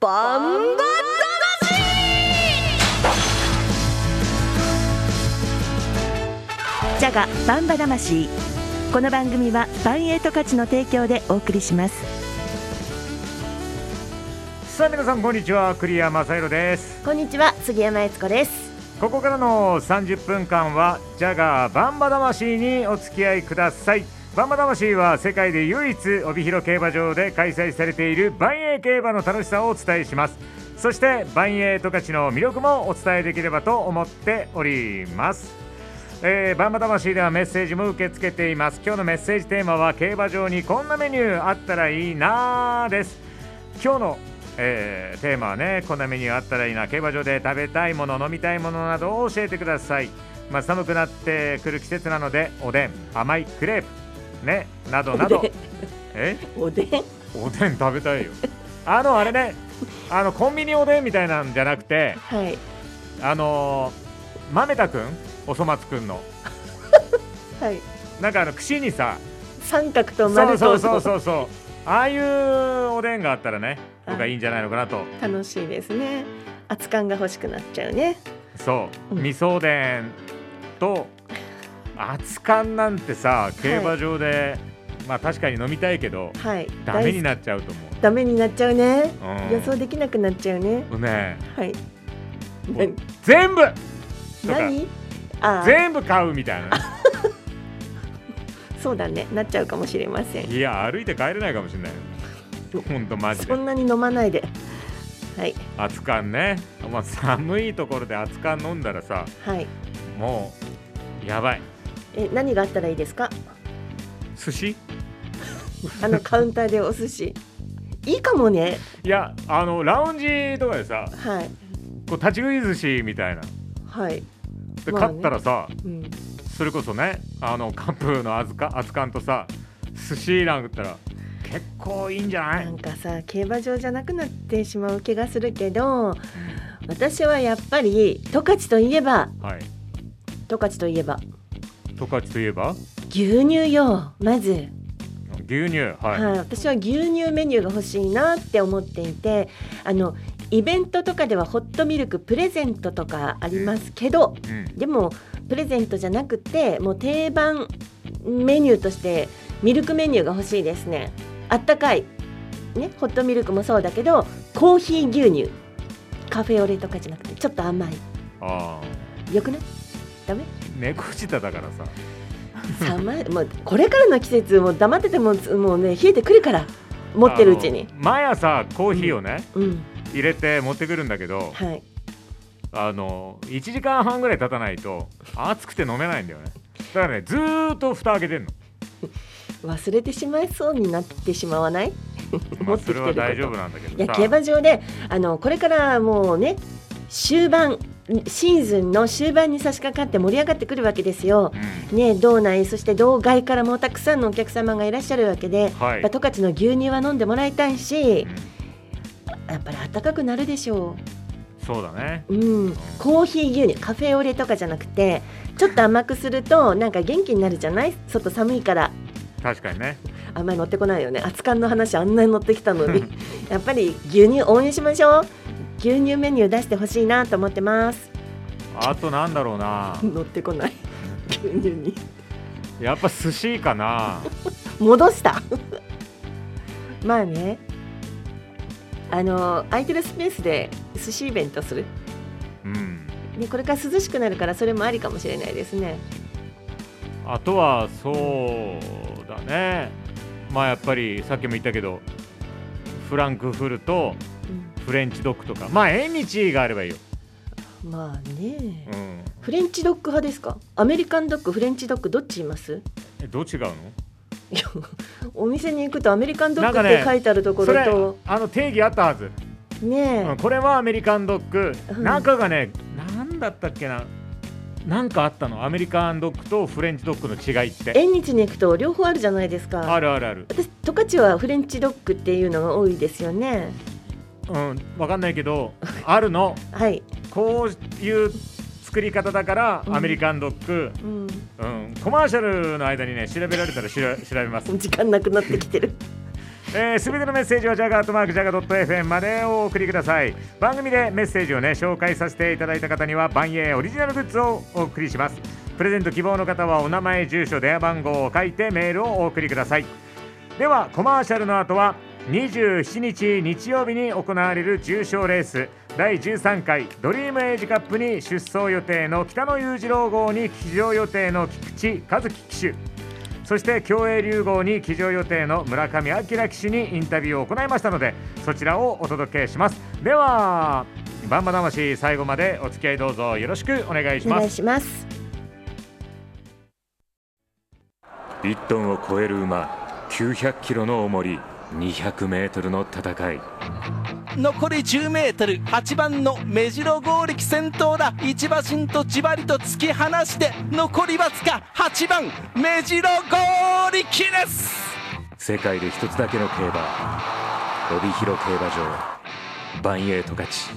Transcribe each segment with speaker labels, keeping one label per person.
Speaker 1: バンバ
Speaker 2: ジャガバンバ魂この番組はバンエイト価値の提供でお送りします
Speaker 3: さあ皆さんこんにちはクリア正弘です
Speaker 1: こんにちは杉山悦子です
Speaker 3: ここからの30分間はジャガーバンバ魂にお付き合いくださいバンバ魂は世界で唯一帯広競馬場で開催されている万栄競馬の楽しさをお伝えしますそして万栄十勝の魅力もお伝えできればと思っておりますえー、バンバ魂ではメッセージも受け付けています今日のメッセージテーマは競馬場にこんなメニューあったらいいなーです今日の、えーテーマはねこんなメニューあったらいいな競馬場で食べたいもの飲みたいものなどを教えてください、まあ、寒くなってくる季節なのでおでん甘いクレープねなどなどえ
Speaker 1: おでん
Speaker 3: おでん食べたいよあのあれねあのコンビニおでんみたいなんじゃなくて
Speaker 1: はい
Speaker 3: あのー、豆田くんおそ松くんの
Speaker 1: はい
Speaker 3: なんかあの串にさ
Speaker 1: 三角と
Speaker 3: そ
Speaker 1: 丸と
Speaker 3: うそうそうそうそうああいうおでんがあったらね僕はいいんじゃないのかなと
Speaker 1: 楽しいですね熱感が欲しくなっちゃうね
Speaker 3: そう、
Speaker 1: うん
Speaker 3: 味噌おでんと熱燗なんてさ競馬場で、まあ確かに飲みたいけど
Speaker 1: はい
Speaker 3: ダメに
Speaker 1: な
Speaker 3: なっちゃうと思
Speaker 1: ダメになっちゃうね
Speaker 3: う、うん、
Speaker 1: 予想できなくなっちゃうね
Speaker 3: ね
Speaker 1: はい
Speaker 3: もう全部とか
Speaker 1: 何ああ
Speaker 3: 全部買うみたいな
Speaker 1: そうだねなっちゃうかもしれません
Speaker 3: いや歩いて帰れないかもしれないよほんとマジで
Speaker 1: そんなに飲まないではい
Speaker 3: 熱燗ね、まあ、寒いところで熱燗飲んだらさ
Speaker 1: はい
Speaker 3: もうやばい
Speaker 1: え何があったらいいですか
Speaker 3: 寿司
Speaker 1: あ のカウンターでお寿司いいかもね
Speaker 3: いやあのラウンジとかでさ
Speaker 1: はい
Speaker 3: こう立ち食い寿司みたいな
Speaker 1: はい、
Speaker 3: で
Speaker 1: まあね
Speaker 3: 買ったらさ、
Speaker 1: うん、
Speaker 3: それこそねあのカップの熱か熱燗とさ寿司なんかだったら結構いいんじゃな
Speaker 1: ないんかさ競馬場じゃなくなってしまう気がするけど私はやっぱり十勝といえば
Speaker 3: はい
Speaker 1: 十勝といえば
Speaker 3: 十勝といえば
Speaker 1: 牛乳よまず、
Speaker 3: 牛乳はい、
Speaker 1: はい、私は牛乳メニューが欲しいなって思っていてあのイベントとかではホットミルクプレゼントとかありますけど
Speaker 3: うん
Speaker 1: でもプレゼントじゃなくてもう定番メニューとしてミルクメニューが欲しいですねあったかいねホットミルクもそうだけどコーヒー牛乳カフェオレとかじゃなくてちょっと甘い
Speaker 3: ああ
Speaker 1: よくないダメ
Speaker 3: 猫舌だからさ
Speaker 1: 寒いもうこれからの季節もう黙っててももうね冷えてくるから持ってるうちに
Speaker 3: あの毎朝コーヒーをね、
Speaker 1: うん
Speaker 3: 入れて持ってくるんだけど
Speaker 1: はい
Speaker 3: あの1時間半ぐらい経たないと暑くて飲めないんだよねだからねずーっと蓋開けてんの、
Speaker 1: 忘れてしまいそうになってしまわない
Speaker 3: ま
Speaker 1: 持
Speaker 3: あ、
Speaker 1: ってきて
Speaker 3: そ
Speaker 1: る
Speaker 3: れ
Speaker 1: こ
Speaker 3: は
Speaker 1: と
Speaker 3: 大丈夫なんだけ
Speaker 1: いや
Speaker 3: ど
Speaker 1: 競馬場であのこれからもうね終盤シーズンの終盤に差し掛かって盛り上がってくるわけですよ。
Speaker 3: うん
Speaker 1: ね、道内そして道外からもたくさんのお客様がいらっしゃるわけで、や
Speaker 3: は
Speaker 1: っ
Speaker 3: い
Speaker 1: ぱ、十勝の牛乳は飲んでもらいたいうし
Speaker 3: ん
Speaker 1: やっぱり暖かくなるでしょ
Speaker 3: そうだね
Speaker 1: う、うん、コーヒー牛乳カフェオレとかじゃなくてちょっと甘くするとなんか元気になるじゃない外寒いから
Speaker 3: 確かにね
Speaker 1: あんまり乗ってこないよね熱燗の話あんなに乗ってきたのにやっぱり牛乳応援しましょう牛乳メニュー出してほしいなと思ってます
Speaker 3: あとなんだろうな
Speaker 1: 乗ってこない牛乳に
Speaker 3: やっぱ寿司かな
Speaker 1: 戻した まあねあの空いてるスペースで寿司イベントする、
Speaker 3: うん
Speaker 1: ね、これから涼しくなるからそれもありかもしれないですね
Speaker 3: あとはそうだねまあやっぱりさっきも言ったけどフランクフルトフレンチドッグとかまあ縁日があればいいよ、
Speaker 1: うんまあね
Speaker 3: うん、
Speaker 1: フレンチドッグ派ですかアメリカンドッグフレンチドッグどっちいます
Speaker 3: えどう違うの
Speaker 1: いやお店に行くとアメリカンドッグ
Speaker 3: な
Speaker 1: っ
Speaker 3: んか
Speaker 1: て
Speaker 3: ね
Speaker 1: 書いてあるとこ
Speaker 3: そ
Speaker 1: ろ
Speaker 3: れ
Speaker 1: と
Speaker 3: あの定義あったはず、
Speaker 1: ね
Speaker 3: うん、
Speaker 1: え
Speaker 3: これはアメリカンドッグ、
Speaker 1: うん
Speaker 3: 中がねなんだったっけななんかあったのアメリカンドッグとフレンチドッグの違いって
Speaker 1: 縁日に行くと両方あるじゃないですか
Speaker 3: あるあるある
Speaker 1: 私十勝はフレンチドッグっていうのが多いですよね
Speaker 3: うんわかんないけどあるの
Speaker 1: はい、
Speaker 3: こういう作り方だから
Speaker 1: うん
Speaker 3: アメリカンドッグ、
Speaker 1: うん、
Speaker 3: うんコマーシャルの間にね調べられたらしら調べます
Speaker 1: 時間なくなってきてる
Speaker 3: えー、全てのメッセージはジャガートマークジャガドット FM までお送りください番組でメッセージをね紹介させていただいた方には番英オリジナルグッズをお送りしますプレゼント希望の方はお名前住所電話番号を書いてメールをお送りくださいではコマーシャルの後は27日日曜日に行われる重賞レース第13回ドリームエイジカップに出走予定の北野裕次郎号に騎乗予定の菊池和樹騎手そして競泳竜号に騎乗予定の村上明騎手にインタビューを行いましたのでそちらをお届けしますではバンバ魂最後までお付き合いどうぞよろしくお願いし
Speaker 1: お
Speaker 3: ま
Speaker 1: 願い
Speaker 3: す
Speaker 1: します
Speaker 4: 1トンを超える馬900キロの重り200メートルの戦い
Speaker 5: 残り 10m8 番の目白剛力先頭だ一馬身とじわりと突き放して残りわずか8番目白剛力です
Speaker 4: 世界で一つだけの競馬帯広競馬場バンエイト勝ち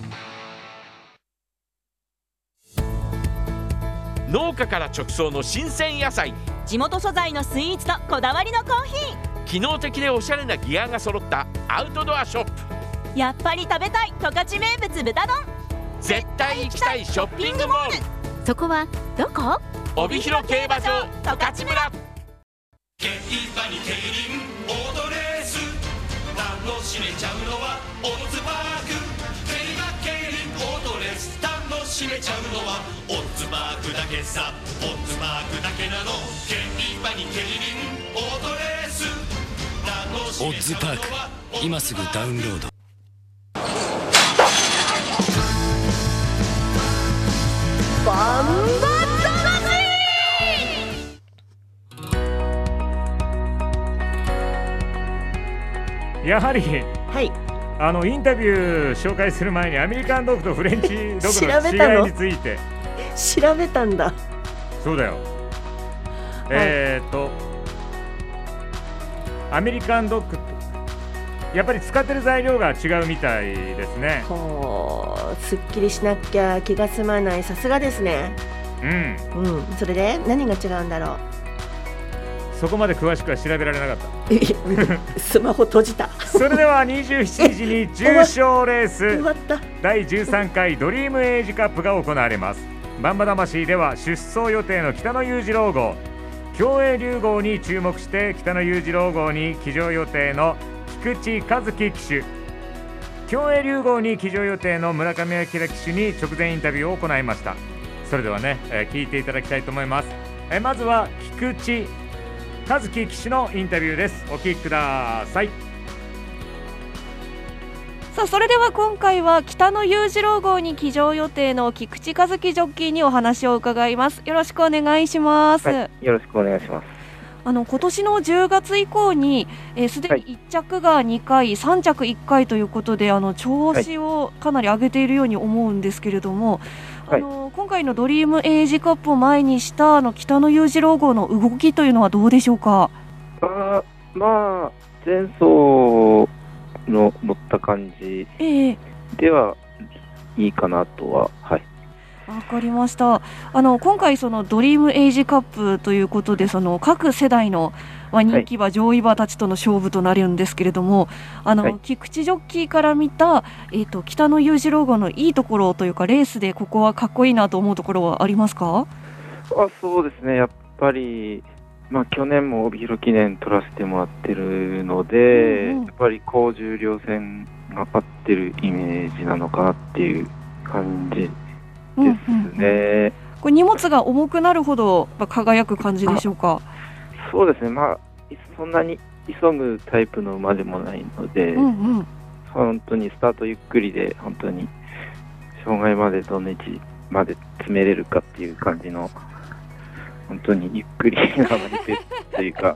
Speaker 6: 農家から直送の新鮮野菜
Speaker 7: 地元素材のスイーツとこだわりのコーヒ
Speaker 6: 機能的でおしゃれなギアが揃ったアウトドアショップ
Speaker 7: ーやっぱり食べたい十勝名物豚丼
Speaker 6: 絶対行きたいショッピングモール
Speaker 7: そこはどこ
Speaker 6: 帯広競馬場十勝村
Speaker 8: 競馬に競輪オートレース楽しめちゃうのはオッズパーク競馬競輪オートレース楽しめちゃうのはオッズパークだけさオッズパークだけなの競馬に競輪オートレース楽し
Speaker 9: オ
Speaker 8: め
Speaker 9: ッ
Speaker 8: ち
Speaker 9: ズ
Speaker 8: ゃ
Speaker 9: パー
Speaker 8: う
Speaker 9: ク
Speaker 8: のはオッズパーク
Speaker 9: 今すぐダウンロード
Speaker 3: やはり
Speaker 1: はい
Speaker 3: あのインタビュー紹介する前にアメリカンドッグとフレンチドッグの
Speaker 1: 調べた
Speaker 3: 違い
Speaker 1: の
Speaker 3: について
Speaker 1: 調べたんだ
Speaker 3: そうだよ、えーっとアメリカンドッグとやっぱり使ってる材料が違うみたいですね
Speaker 1: ほうすっきりしなきゃ気が済まないさすがですね
Speaker 3: うん
Speaker 1: うんそれで何が違うんだろ
Speaker 3: そこまで詳しくは調べられなかった
Speaker 1: ういやスマホ閉じた
Speaker 3: それでは27時に重賞レ ー
Speaker 1: 終わ
Speaker 3: ス
Speaker 1: った
Speaker 3: 第13回ドリームエイジカップが行われますバンバ魂では出走予定の北野裕次郎号競泳竜号に注目して北野裕次郎号に騎乗予定の菊池和樹騎手競泳竜号に騎乗予定の村上明騎手に直前インタビューを行いましたそれではね、えー聞いていただきたいと思います、えーまずは菊池和樹騎手のインタビューですお聞きください
Speaker 10: さあそれでは今回は北野裕次郎号に騎乗予定の菊池和樹ジョッキーにお話を伺いますよろしくお願いします、
Speaker 11: よろしくお願いします。
Speaker 10: あの今年の10月以降にえーすで、に1着が2回3着1回ということであの調子をかなり上げているように思うんですけれども、
Speaker 11: はい
Speaker 10: あの今回のドリームエイジカップを前にしたあの北野裕次郎号の動きというのはどうでしょうか
Speaker 11: あーまあ、前走の乗った感じ
Speaker 10: ええ
Speaker 11: ではいいかなとは、はい。
Speaker 10: わかりました。あの今回そのドリームエイジカップということでその各世代のまあ人気馬、上位馬たちとの勝負となるんですけれども、あの、
Speaker 11: はい
Speaker 10: 菊池ジョッキーから見たえっ、と北野裕次郎号のいいところというかレースでここはかっこいいなと思うところはありますか？
Speaker 11: あそうですね、やっぱり、まあ、去年も帯広記念取らせてもらってるので、
Speaker 10: うんうん
Speaker 11: やっぱり高重量戦が合ってるイメージなのかなっていう感じ
Speaker 10: うんうん
Speaker 11: ですね。
Speaker 10: これ荷物が重くなるほどまあ輝く感じでしょうか？
Speaker 11: そうですね、まあ、いそんなに急ぐタイプの馬でもないので、
Speaker 10: うんうん。
Speaker 11: 本当にスタートゆっくりで、本当に障害までどの位置まで詰めれるかっていう感じの、本当にゆっくりなマニフェストとい うか、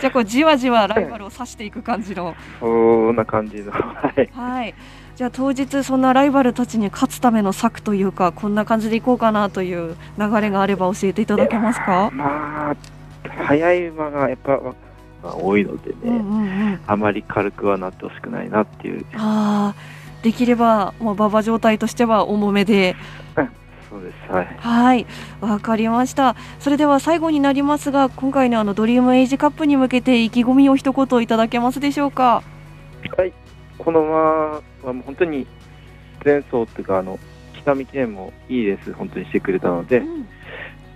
Speaker 10: じゃあこうじわじわライバルを指していく感じの。
Speaker 11: そんな感じの、はい、
Speaker 10: はい。じゃあ当日そんなライバルたちに勝つための策というかこんな感じでいこうかなという流れがあれば教えていただけますか。
Speaker 11: まあ、速い馬がやっぱ、まあ、多いのでね、
Speaker 10: うんうんうん。
Speaker 11: あまり軽くはなってほしくないなっていう、
Speaker 10: ああ、できればもう馬場状態としては重めで。
Speaker 11: そうです。はい。
Speaker 10: はい、わかりました。それでは最後になりますが、今回のあのドリームエイジカップに向けて意気込みを一言いただけますでしょうか。
Speaker 11: この馬はもう本当に前走というかあの北見記念もいいレース本当にしてくれたので、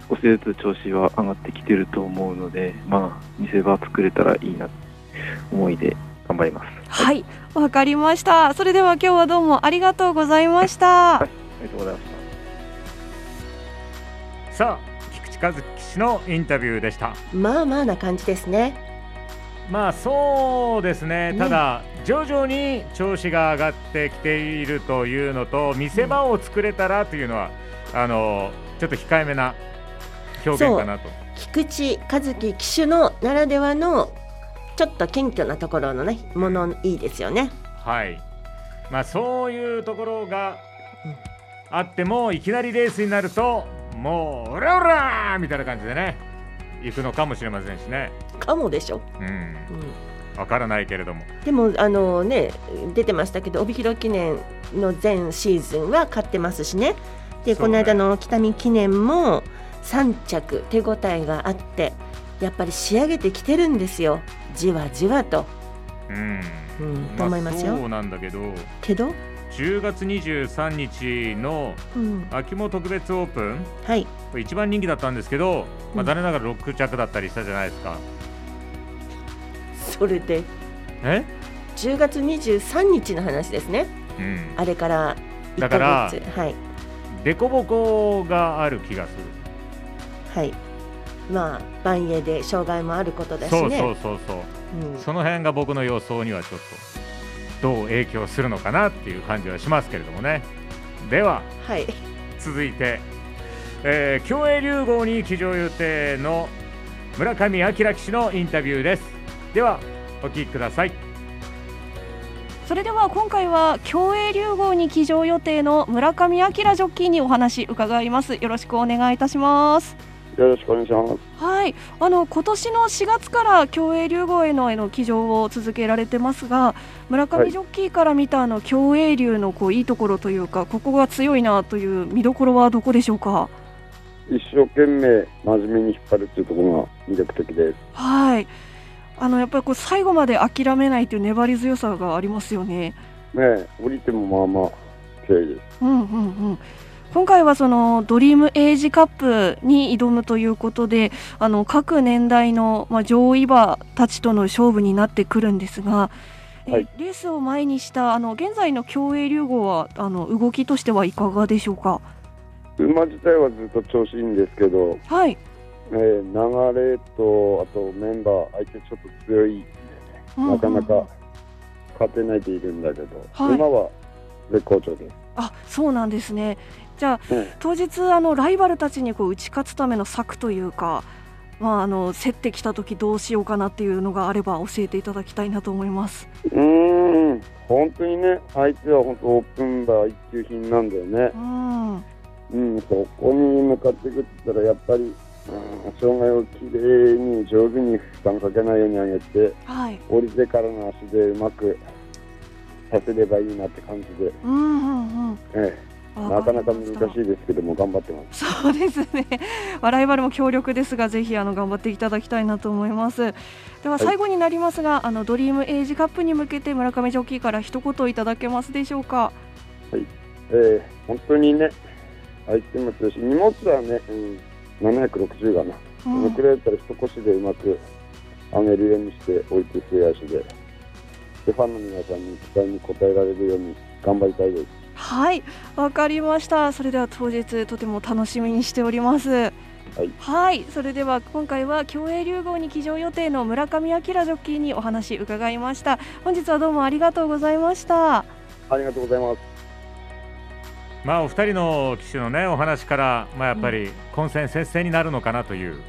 Speaker 11: 少しずつ調子は上がってきてると思うので、まあ見せ場作れたらいいな思いで頑張ります。あ
Speaker 10: はい、わかりました。それでは今日はどうもありがとうございました。
Speaker 11: りがとうございました。
Speaker 3: さあ菊池和樹氏のインタビューでした
Speaker 1: まあまあな感じですね。
Speaker 3: まあそうですね
Speaker 1: ね
Speaker 3: ただ徐々に調子が上がってきているというのと見せ場を作れたらというのは、あのちょっと控えめな表現かなと
Speaker 1: 菊池和樹騎手のならではのちょっと謙虚なところのねものいいですよね。
Speaker 3: はいまあそういうところがあってもいきなりレースになるともうオラオラーみたいな感じでね行くのかもしれませんしね
Speaker 1: かもでしょ。
Speaker 3: うんわからないけれども
Speaker 1: でもあのね出てましたけど帯広記念の全シーズンは勝ってますしねで
Speaker 3: そう
Speaker 1: こ
Speaker 3: ね
Speaker 1: の間の北見記念も3着手応えがあってやっぱり仕上げてきてるんですよじわじわと。
Speaker 3: うん、
Speaker 1: うんと思いますよ
Speaker 3: そうなんだけど
Speaker 1: けど、
Speaker 3: 10月23日の
Speaker 1: うん、
Speaker 3: 秋も特別オープン
Speaker 1: はい
Speaker 3: これ一番人気だったんですけど、
Speaker 1: う
Speaker 3: まあ、
Speaker 1: ん
Speaker 3: 残念ながら6着だったりしたじゃないですか、
Speaker 1: それで
Speaker 3: え
Speaker 1: 10月23日の話ですね
Speaker 3: うん
Speaker 1: あれから1
Speaker 3: だから
Speaker 1: ヶ月はい
Speaker 3: 凸凹がある気がする
Speaker 1: はいまあ万栄で障害もあることだしね
Speaker 3: そうそうそうそう
Speaker 1: うん
Speaker 3: その辺が僕の予想にはちょっとどう影響するのかなっていう感じはしますけれどもねでは
Speaker 1: はい
Speaker 3: 続いて、えー競泳竜号に騎乗予定の村上明騎手のインタビューですではお聞きください
Speaker 10: それでは今回は競泳竜号に騎乗予定の村上明ジョッキーにお話伺います。よろしくお願いいたします。
Speaker 9: よろしくお願いします。
Speaker 10: はい、あの今年の4月から競泳竜号へのへの騎乗を続けられてますが村
Speaker 9: は
Speaker 10: 上
Speaker 9: い
Speaker 10: ジョッキーから見たあの競泳竜のこういいところというかここが強いなという見どころはどこでしょうか。
Speaker 9: 一生懸命真面目に引っ張るっていうところが魅力的です。
Speaker 10: はいあのやっぱりこう最後まで諦めないという粘り強さがありますよね。
Speaker 9: ねえ、降りてもまあまあ強いです。
Speaker 10: うんうんうん、今回はそのドリームエイジカップに挑むということであの各年代の、まあ、上位馬たちとの勝負になってくるんですが、え
Speaker 9: はい
Speaker 10: レースを前にしたあの現在の競泳竜号はあの動きとしてはいかがでしょうか。
Speaker 9: 馬自体はずっと調子いいんですけど、ね
Speaker 10: はい、
Speaker 9: え流れと、あとメンバー、相手ちょっと強い、
Speaker 10: うんうん
Speaker 9: なかなか勝てないでいるんだけど、
Speaker 10: はい
Speaker 9: 馬は絶好調です。
Speaker 10: あそうなんですねじゃあ
Speaker 9: ね
Speaker 10: 当日あのライバルたちにこう打ち勝つための策というか、まあ、あの競ってきた時どうしようかなっていうのがあれば教えていただきたいなと思います。
Speaker 9: うーん、本当にね、相手は本当オープンバー一級品なんだよね。
Speaker 10: うん
Speaker 9: うん、そこに向かっていくって言ったら、やっぱり、うん、障害をきれいに上手に負担かけないように上げて、
Speaker 10: はい
Speaker 9: 降りてからの足でうまくさせればいいなって感じで、
Speaker 10: うんうんうん
Speaker 9: ええ、
Speaker 10: わ
Speaker 9: なか
Speaker 10: かり
Speaker 9: なか難しいですけども、頑張ってます。
Speaker 10: そうですね。まあライバルも強力ですが、ぜひあの頑張っていただきたいなと思います。では
Speaker 9: はい
Speaker 10: 最後になりますが、あのドリームエイジカップに向けて村上ジョッキーから一言いただけますでしょうか。
Speaker 9: ええ、本当にね、相手も強いし、荷物はね、うん、760がな、
Speaker 10: う
Speaker 9: そ
Speaker 10: ん
Speaker 9: のくらいだったら一腰でうまく上げるようにして、降りて末足で、で、ファンの皆さんに期待に応えられるように頑張りたいです。
Speaker 10: はい、わかりました。それでは当日とても楽しみにしております。はい、それでは今回は競泳竜号に騎乗予定の村上明ジョッキーにお話伺いました。本日はどうもありがとうございました。
Speaker 9: ありがとうございます。
Speaker 3: まあお二人の騎手のねお話から、まあ、やっぱり混戦接戦になるのかなという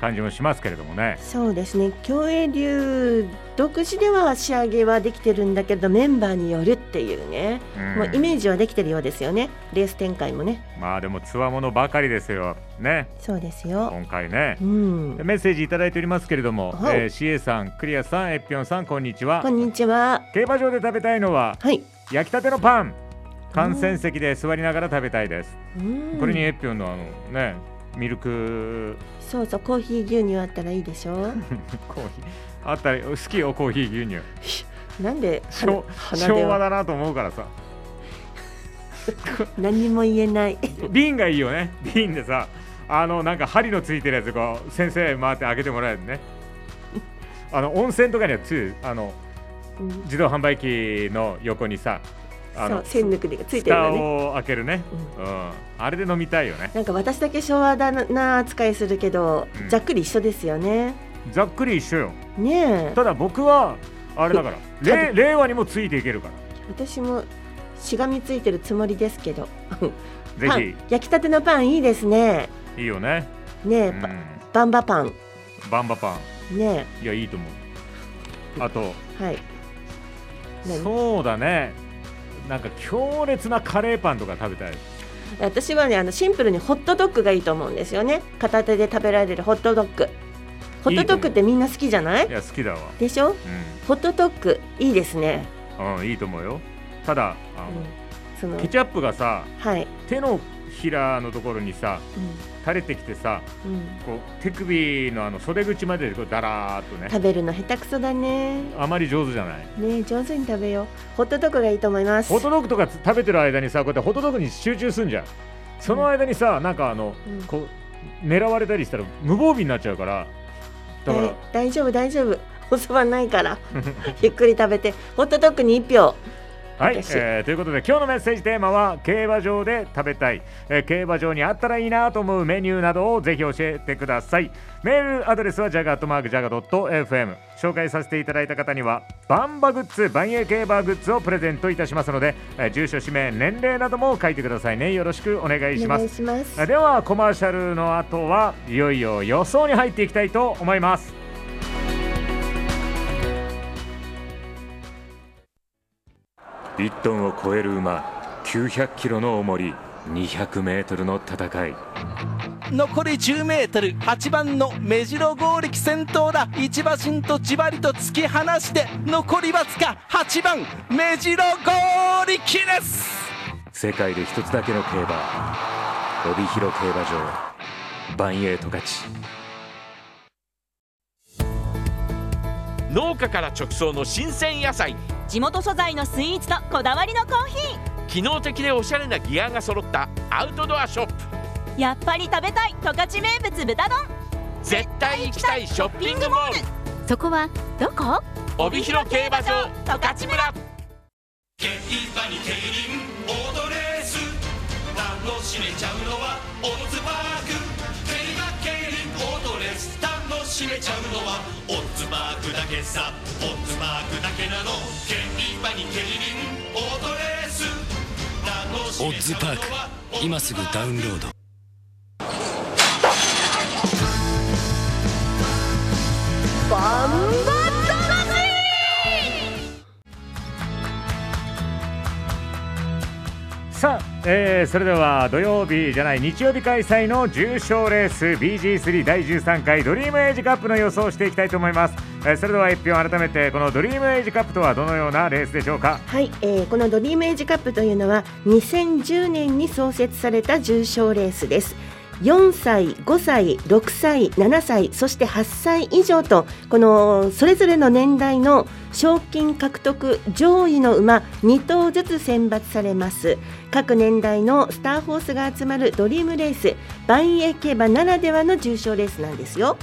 Speaker 3: 感じもしますけれどもね
Speaker 1: そうですね競泳流独自では仕上げはできてるんだけどメンバーによるっていうね、
Speaker 3: うん
Speaker 1: もうイメージはできてるようですよねレース展開もね
Speaker 3: まあでもつわものばかりですよね
Speaker 1: そうですよ
Speaker 3: 今回ね、
Speaker 1: うん
Speaker 3: でメッセージいただいておりますけれども、
Speaker 1: はい
Speaker 3: えー、CA さんクリアさんエッピョンさんこんにちは
Speaker 1: こんにちは
Speaker 3: 競馬場で食べたいのは、
Speaker 1: はい
Speaker 3: 焼きたてのパン観戦席で座りながら食べたいです
Speaker 1: うん
Speaker 3: これにエッピョンのあのねミルク
Speaker 1: そうそうコーヒー牛乳あったらいいでしょ
Speaker 3: コーヒーあったり好きよコーヒー牛乳
Speaker 1: なんで
Speaker 3: しょ
Speaker 1: 鼻で
Speaker 3: 昭和
Speaker 1: は
Speaker 3: だなと思うからさ
Speaker 1: 何も言えない
Speaker 3: 瓶がいいよね瓶でさあのなんか針のついてるやつこう先生回って開けてもらえるねあの温泉とかにはつゆあの
Speaker 1: うん
Speaker 3: 自動販売機の横にさ
Speaker 1: そ
Speaker 3: あ
Speaker 1: う
Speaker 3: の
Speaker 1: 栓抜くでついてるのね
Speaker 3: 蓋を開けるね、うんあれで飲みたいよね
Speaker 1: なんか私だけ昭和だな扱いするけど、
Speaker 3: うん
Speaker 1: ざっくり一緒ですよね
Speaker 3: ざっくり一緒よ
Speaker 1: ねえ
Speaker 3: ただ僕はあれだかられい令和にもついていけるから
Speaker 1: 私もしがみついてるつもりですけど
Speaker 3: ぜ
Speaker 1: パン焼きたてのパンいいですね
Speaker 3: ひいいよね
Speaker 1: ねえ、
Speaker 3: うん
Speaker 1: バンバパン
Speaker 3: バンバパ
Speaker 1: ね
Speaker 3: ンいやいいと思うあと
Speaker 1: えはい何
Speaker 3: そうだねなんか強烈なカレーパンとか食べたい
Speaker 1: 私はねあのシンプルにホットドッグがいいと思うんですよね片手で食べられるホットドッグホットドッグってみんな好きじゃない
Speaker 3: いや好きだわ
Speaker 1: でしょホットドッグいいですね
Speaker 3: うん、うん、いいと思うよただあ
Speaker 1: そ
Speaker 3: の、
Speaker 1: の
Speaker 3: ケチャップがさ
Speaker 1: はい
Speaker 3: 手のひらのところにさ垂れてきてさ
Speaker 1: うん、うん、
Speaker 3: こう手首のあの袖口までこうダラーっとね
Speaker 1: 食べるの下手くそだね
Speaker 3: あまり上手じゃない
Speaker 1: ねえ上手に食べようホットドッグがいいと思います
Speaker 3: ホットドッグとか食べてる間にさこうやってホットドッグに集中すんじゃんその間にさ、なんかあの、
Speaker 1: うん
Speaker 3: こう狙われたりしたら無防備になっちゃうからだから、
Speaker 1: え大丈夫大丈夫 おそばないから ゆっくり食べてホットドッグに1票
Speaker 3: はい、
Speaker 1: 私
Speaker 3: えーということで今日のメッセージテーマは競馬場で食べたい、えー競馬場にあったらいいなと思うメニューなどをぜひ教えてくださいメールアドレスはジャガートマークジャガドット FM 紹介させていただいた方にはバンバグッズ万英競馬グッズをプレゼントいたしますので、えー住所氏名年齢なども書いてくださいねよろしくお願いします
Speaker 1: します
Speaker 3: ではコマーシャルの後はいよいよ予想に入っていきたいと思います
Speaker 4: 1トンを超える馬900キロの重り200メートルの戦い
Speaker 5: 残り 10m8 番の目白剛力先頭だ一馬身とじわりと突き放して残りわずか8番目白剛力です
Speaker 4: 世界で一つだけの競馬帯広競馬場バンエイト勝ち
Speaker 6: 農家から直送の新鮮野菜
Speaker 7: 地元素材のスイーツとこだわりのコーヒ
Speaker 6: 機能的でおしゃれなギアが揃ったアウトドアショップ
Speaker 7: ーやっぱり食べたい十勝名物豚丼
Speaker 6: 絶対行きたいショッピングモール
Speaker 7: そこはどこ
Speaker 6: 帯広競馬場
Speaker 7: 十勝村
Speaker 8: 競馬に競輪オートレース楽しめちゃうのはオッズパーク競馬競輪オートレース楽しめちゃうのはオッズパークだけさオッズパークだけなの競馬に競輪オートレース楽し
Speaker 12: オ
Speaker 8: め
Speaker 12: ッ
Speaker 8: ち
Speaker 12: ズ
Speaker 8: ゃう
Speaker 12: パーク今すぐダウンロード
Speaker 8: バンバ
Speaker 3: さあ、えーそれでは土曜日じゃない日曜日開催の重賞レース BG3 第13回ドリームエイジカップの予想をしていきたいと思います、えーそれでは一票改めてこのドリームエイジカップとはどのようなレースでしょうか
Speaker 1: はい、えーこのドリームエイジカップというのは2010年に創設された重賞レースです4歳、5歳、6歳、7歳、そして8歳以上とこのそれぞれの年代の賞金獲得上位の馬2頭ずつ選抜されます各年代のスターホースが集まるドリームレース万栄競馬ならではの重賞レースなんですよ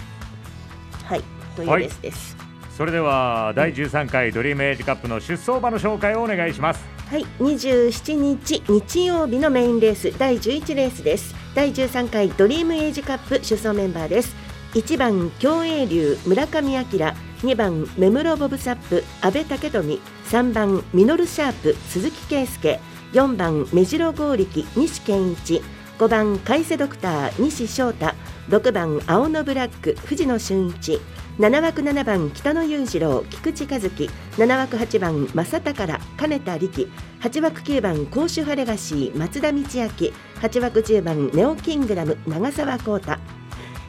Speaker 1: はい、というレースです
Speaker 3: それでは第13回ドリームエイジカップの出走馬の紹介をお願いします
Speaker 1: はい、27日日曜日のメインレース第11レースです第13回ドリームエイジカップ主走メンバーです1番競泳流村上明2番目室ボブサップ阿部武富3番ミノルシャープ鈴木圭介4番目白剛力西健一5番海瀬ドクター西翔太6番青のブラック藤野俊一7枠7番北野裕次郎菊池和樹7枠8番正宝金田力8枠9番甲州ハレガシー松田道明8枠10番ネオキングダム長澤浩太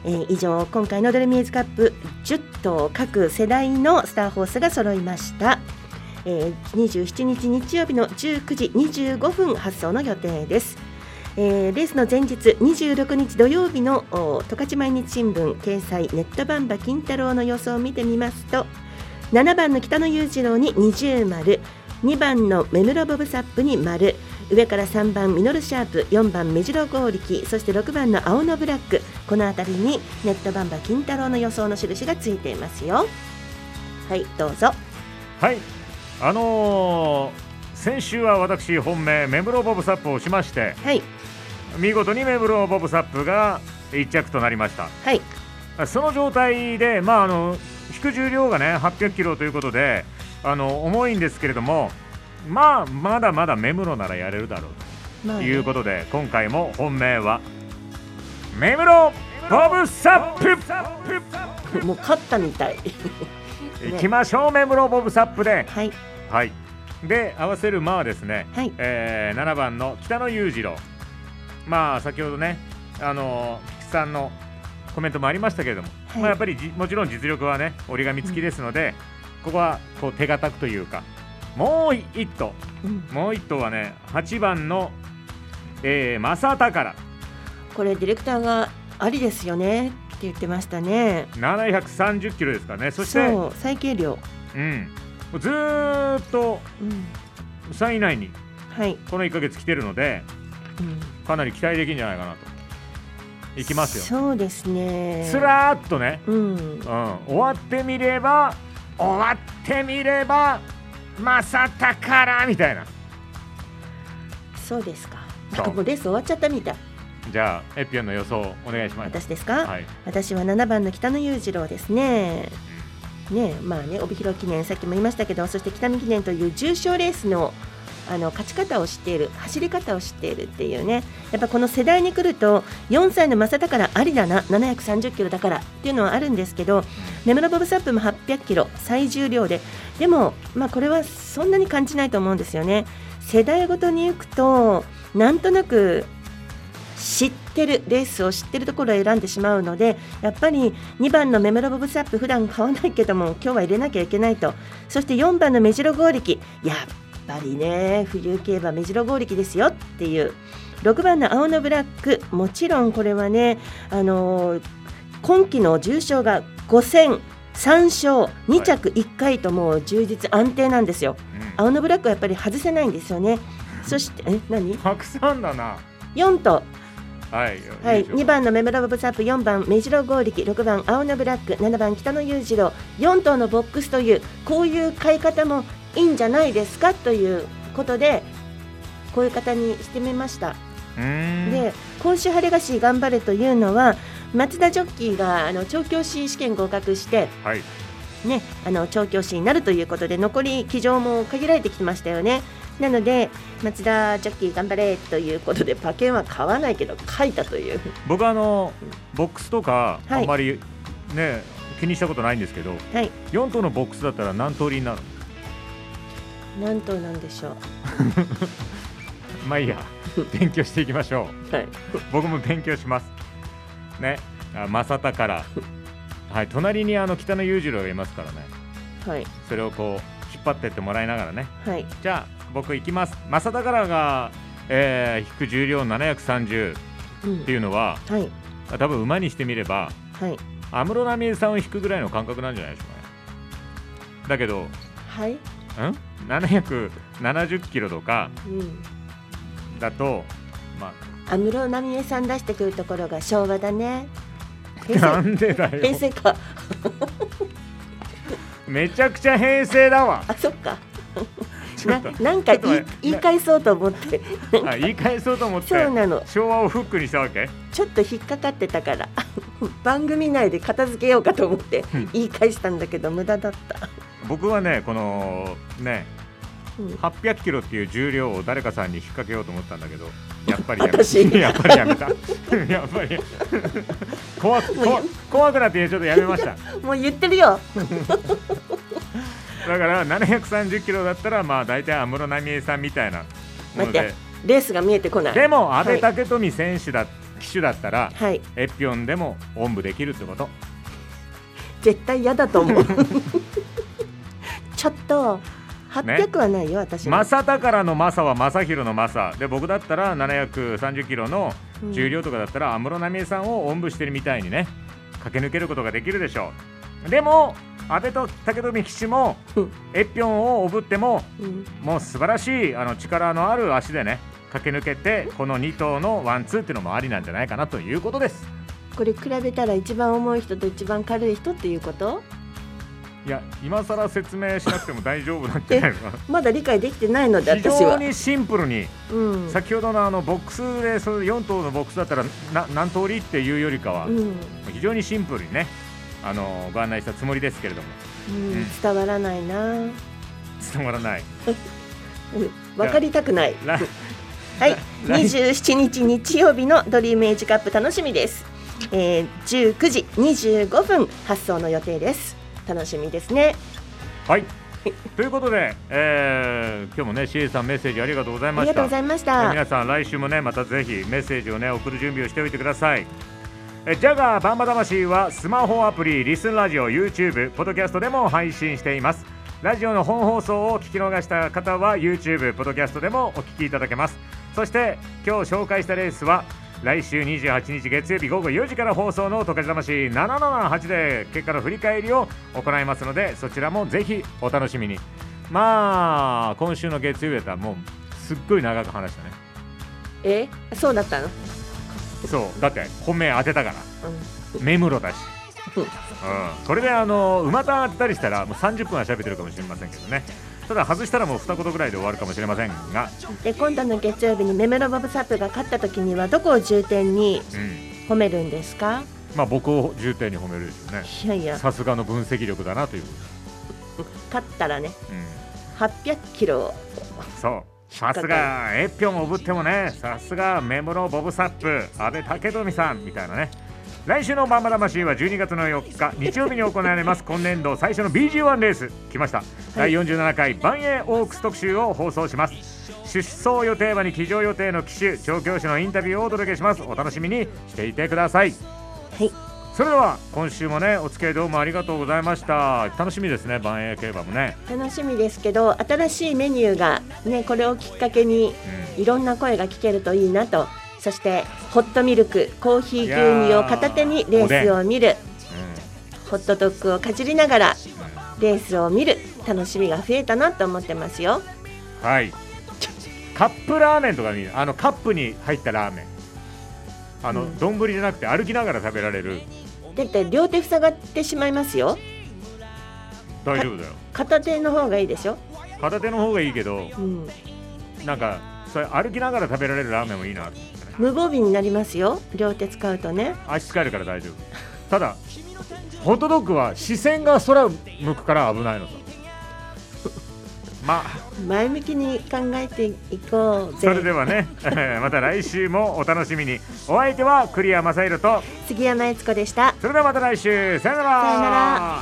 Speaker 1: えー以上今回のドレミエーズカップ10頭各世代のスターホースが揃いましたえー、27日日曜日の19時25分発送の予定です。えーレースの前日26日土曜日のお十勝毎日新聞掲載ネットバンバ金太郎の予想を見てみますと7番の北野裕次郎に20丸2番の目室ボブサップに丸上から3番ミノルシャープ4番目白剛力そして6番の青のブラックこの辺りにネットバンバ金太郎の予想の印がついていますよはいどうぞ
Speaker 3: はい、あのー先週は私本命メムロボブサップをしまして、見事にメムロボブサップが1着となりました、
Speaker 1: はい、
Speaker 3: その状態で、まあ、あの引く重量がね800キロということであの重いんですけれども、まあ、まだまだメムロならやれるだろう
Speaker 1: まあ
Speaker 3: と
Speaker 1: ね
Speaker 3: いうことで、今回も本命はメムロボブサップ
Speaker 1: もう勝ったみたい
Speaker 3: 行きましょう、メムロボブサップで。
Speaker 1: はい。
Speaker 3: はい。で、合わせる間はですね、
Speaker 1: はい
Speaker 3: えー、7番の北野裕次郎。まあ、先ほどね、あのー、菊池さんのコメントもありましたけれども、
Speaker 1: はい
Speaker 3: まあ、やっぱりじもちろん実力はね、折り紙付きですので、ここはこう手堅くというか、もう一頭、もう一頭はね、8番の、えー、正宝。
Speaker 1: これディレクターがありですよねって言ってましたね
Speaker 3: 730キロですからね、そして、
Speaker 1: そう最軽量
Speaker 3: うん、もうずーっと3位以内に
Speaker 1: はい
Speaker 3: この1か月来てるので、かなり期待できるんじゃないかなと。いきますよ。
Speaker 1: そうですね
Speaker 3: つらーっとね、
Speaker 1: うん
Speaker 3: 終わってみれば終わってみればまさたからみたいな。
Speaker 1: そうですか
Speaker 3: そう
Speaker 1: なんかもうレース終わっちゃったみたい
Speaker 3: じゃあエピオンの予想お願いします。
Speaker 1: 私ですか、
Speaker 3: はい
Speaker 1: 私は7番の北野裕次郎ですね。ねえまあね帯広記念さっきも言いましたけどそして北見記念という重賞レースのあの勝ち方を知っている走り方を知っているっていうねやっぱこの世代に来ると4歳の正宝ありだな730キロだからっていうのはあるんですけど根室ボブサップも800キロ最重量ででも、まあ、これはそんなに感じないと思うんですよね。世代ごとに行くとなんとなく知ってるレースを知ってるところを選んでしまうのでやっぱり2番のメムロボブサップ普段買わないけども今日は入れなきゃいけないとそして4番の目白剛力やっぱりね冬競馬目白剛力ですよっていう6番の青のブラックもちろんこれはねあのー今季の重賞が5戦3勝2着1回ともう充実安定なんですよ、青のブラックはやっぱり外せないんですよねそしてえ何
Speaker 3: たくさんだな
Speaker 1: 4と
Speaker 3: はい。
Speaker 1: はい、
Speaker 3: いいでしょう
Speaker 1: 2番のメムラボブサップ、4番目白剛力、6番青のブラック、7番北野裕次郎、4頭のボックスというこういう買い方もいいんじゃないですかということでこういう方にしてみました。で今週晴れがし頑張れというのは松田ジョッキーがあの調教師試験合格して、
Speaker 3: はい。
Speaker 1: ね、あの調教師になるということで残り騎乗も限られてきましたよねなので松田ジョッキー頑張れということで馬券は買わないけど書いたという
Speaker 3: 僕はあのボックスとか
Speaker 1: はい
Speaker 3: あんまりね気にしたことないんですけど、
Speaker 1: はい
Speaker 3: 4頭のボックスだったら何通りになる
Speaker 1: 何頭なんでしょう
Speaker 3: ま あいいや勉強していきましょ
Speaker 1: う、はい、
Speaker 3: 僕も勉強しますねあ正隆からはい隣にあの北野裕次郎がいますからね
Speaker 1: はい
Speaker 3: それをこう引っ張ってってもらいながらね
Speaker 1: はい
Speaker 3: じゃあ僕行きます正隆からが、えー引く重量730
Speaker 1: うん
Speaker 3: っていうのは、
Speaker 1: はい
Speaker 3: 多分馬にしてみれば
Speaker 1: はい
Speaker 3: 安室奈美恵さんを引くぐらいの感覚なんじゃないですかねだけどん
Speaker 1: はい
Speaker 3: 770キロとか
Speaker 1: うん
Speaker 3: だとま
Speaker 1: 安室奈美恵さん出してくるところが昭和だ ね
Speaker 3: あなんでだ
Speaker 1: 平
Speaker 3: よ
Speaker 1: 成か
Speaker 3: めちゃくちゃ平成だわ
Speaker 1: あそっか
Speaker 3: ちょ
Speaker 1: な
Speaker 3: っと
Speaker 1: なんか
Speaker 3: ちょっと
Speaker 1: 言い
Speaker 3: ね
Speaker 1: 言い返そうと思って
Speaker 3: あ言い返そうと思って
Speaker 1: そうなの
Speaker 3: 昭和をフックにしたわけ
Speaker 1: ちょっと引っかかってたから 番組内で片付けようかと思って言い返したんだけど無駄だった、
Speaker 3: 僕はねこのね
Speaker 1: うん
Speaker 3: 800キロっていう重量を誰かさんに引っ掛けようと思ったんだけどやっぱりやめ
Speaker 1: 私
Speaker 3: やっぱりやめたやっ ぱり怖く怖く怖くなってちょっとやめました
Speaker 1: もう言ってるよ
Speaker 3: だから730キロだったらまあ大体安室奈美恵さんみたいなも
Speaker 1: 待っ
Speaker 3: の
Speaker 1: て
Speaker 3: で
Speaker 1: レースが見えてこない
Speaker 3: でも阿部
Speaker 1: はい
Speaker 3: 武富選手だ騎手だったら、
Speaker 1: はい
Speaker 3: エピオンでもおんぶできるってこと
Speaker 1: 絶対嫌だと思うちょっと800はないよ、私
Speaker 3: マサだからのマサはマサヒロのマサで僕だったら730キロの重量とかだったら安室奈美恵さんをおんぶしてるみたいにね駆け抜けることができるでしょうでも安倍と武富吉もエッピョンをおぶってももう素晴らしいあの力のある足でね駆け抜けてこの2頭のワンツーっていうのもありなんじゃないかなということです
Speaker 1: これ比べたら一番重い人と一番軽い人っていうこと
Speaker 3: いや今更説明しなくても大丈夫なんじゃないのかな
Speaker 1: まだ理解できてないので
Speaker 3: 非
Speaker 1: 私
Speaker 3: 常
Speaker 1: は
Speaker 3: にシンプルに、
Speaker 1: うん
Speaker 3: 先ほどのあのボックスでその4頭のボックスだったらな何通りっていうよりかは、
Speaker 1: うん
Speaker 3: 非常にシンプルにねあのご案内したつもりですけれども
Speaker 1: うん伝わらないな
Speaker 3: 伝わらない
Speaker 1: 分かりたくない
Speaker 3: 来
Speaker 1: はい、27日日曜日のドリームエイジカップ楽しみです、えー、19時25分発送の予定です楽しみですね
Speaker 3: はいということで、えー、今日もね CA さんメッセージありがとうございました
Speaker 1: ありがとうございました
Speaker 3: えー皆さん来週もねまたぜひメッセージをね送る準備をしておいてくださいえージャガーバンバ魂はスマホアプリリスンラジオ YouTube ポッドキャストでも配信していますラジオの本放送を聞き逃した方は YouTube ポッドキャストでもお聞きいただけますそして今日紹介したレースは来週28日月曜日午後4時から放送の「トカジ魂778」で結果の振り返りを行いますのでそちらもぜひお楽しみにまあ今週の月曜日だったらもうすっごい長く話したね
Speaker 1: えそうだったの、
Speaker 3: そうだって本命当てたから
Speaker 1: う
Speaker 3: 目黒だし、うん、これであの馬単当てたりしたらもう30分は喋ってるかもしれませんけどねただ外したらもう二言ぐらいで終わるかもしれませんが、
Speaker 1: ん、で今度の月曜日にメメロボブサップが勝った時にはどこを重点に
Speaker 3: う
Speaker 1: 褒
Speaker 3: ん
Speaker 1: めるんですか
Speaker 3: まあ、僕を重点に褒めるでしょうね
Speaker 1: いやいや
Speaker 3: さすがの分析力だなという、
Speaker 1: 勝ったらね
Speaker 3: うん、
Speaker 1: 800キロを
Speaker 3: そうさすがエッピョンをおぶってもねさすがメモロボブサップ阿部武富さんみたいなね来週の「バンバ魂」は12月の4日日曜日に行われます今年度最初の BG1 レース来ました、第47回バンエーオークス特集を放送します出走予定馬に騎乗予定の騎手調教師のインタビューをお届けしますお楽しみにしていてください
Speaker 1: はい
Speaker 3: それでは今週もねお付き合いどうもありがとうございました楽しみですねバンエー競馬もね
Speaker 1: 楽しみですけど新しいメニューが、ね、これをきっかけにいろんな声が聞けるといいなとそしてホットミルクコーヒー
Speaker 3: いやー
Speaker 1: 牛乳を片手にレースを見る、ホットドッグをかじりながらレースを見る楽しみが増えたなと思ってますよ
Speaker 3: はい。カップラーメンとかにあのカップに入ったラーメン。あの丼、ぶりじゃなくて歩きながら食べられる。
Speaker 1: だって両手塞がってしまいますよ
Speaker 3: 大丈夫だよ。
Speaker 1: 片手の方がいいでしょ、
Speaker 3: 片手の方がいいけど、
Speaker 1: うん、
Speaker 3: なんかそれ歩きながら食べられるラーメンもいいな。
Speaker 1: 無防備になりますよ両手使うとね
Speaker 3: 足疲れるから大丈夫。ただホットドッグは視線が空向くから危ないのさ。まあ。
Speaker 1: 前向きに考えていこうぜ
Speaker 3: それではねまた来週もお楽しみにお相手はクリア正弘と
Speaker 1: 杉山悦子でした
Speaker 3: それではまた来週さよなら
Speaker 1: さよなら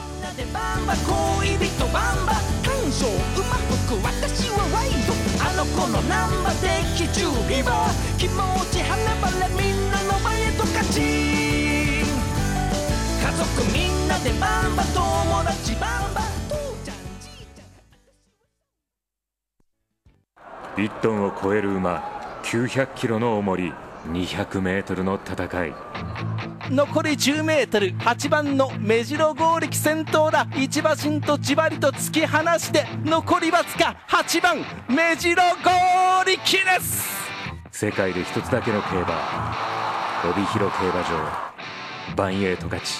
Speaker 8: 恋人バンバ感情うまく私はワイドあの子のナンバーで基準リバー気持ち花晴れみんなの前へと勝ち家族みんなでバンバ友達バンバ父ちゃん
Speaker 4: 1トンを超える馬900キロの重り200メートルの戦い
Speaker 5: 残り 10m8 番の目白剛力先頭だ一馬身とじわりと突き放して残りわずか8番目白剛力です
Speaker 4: 世界で一つだけの競馬帯広競馬場バンエイト勝ち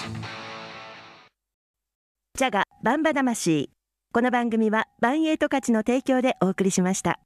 Speaker 2: ジャガバンバ魂この番組はバンエイト勝ちの提供でお送りしました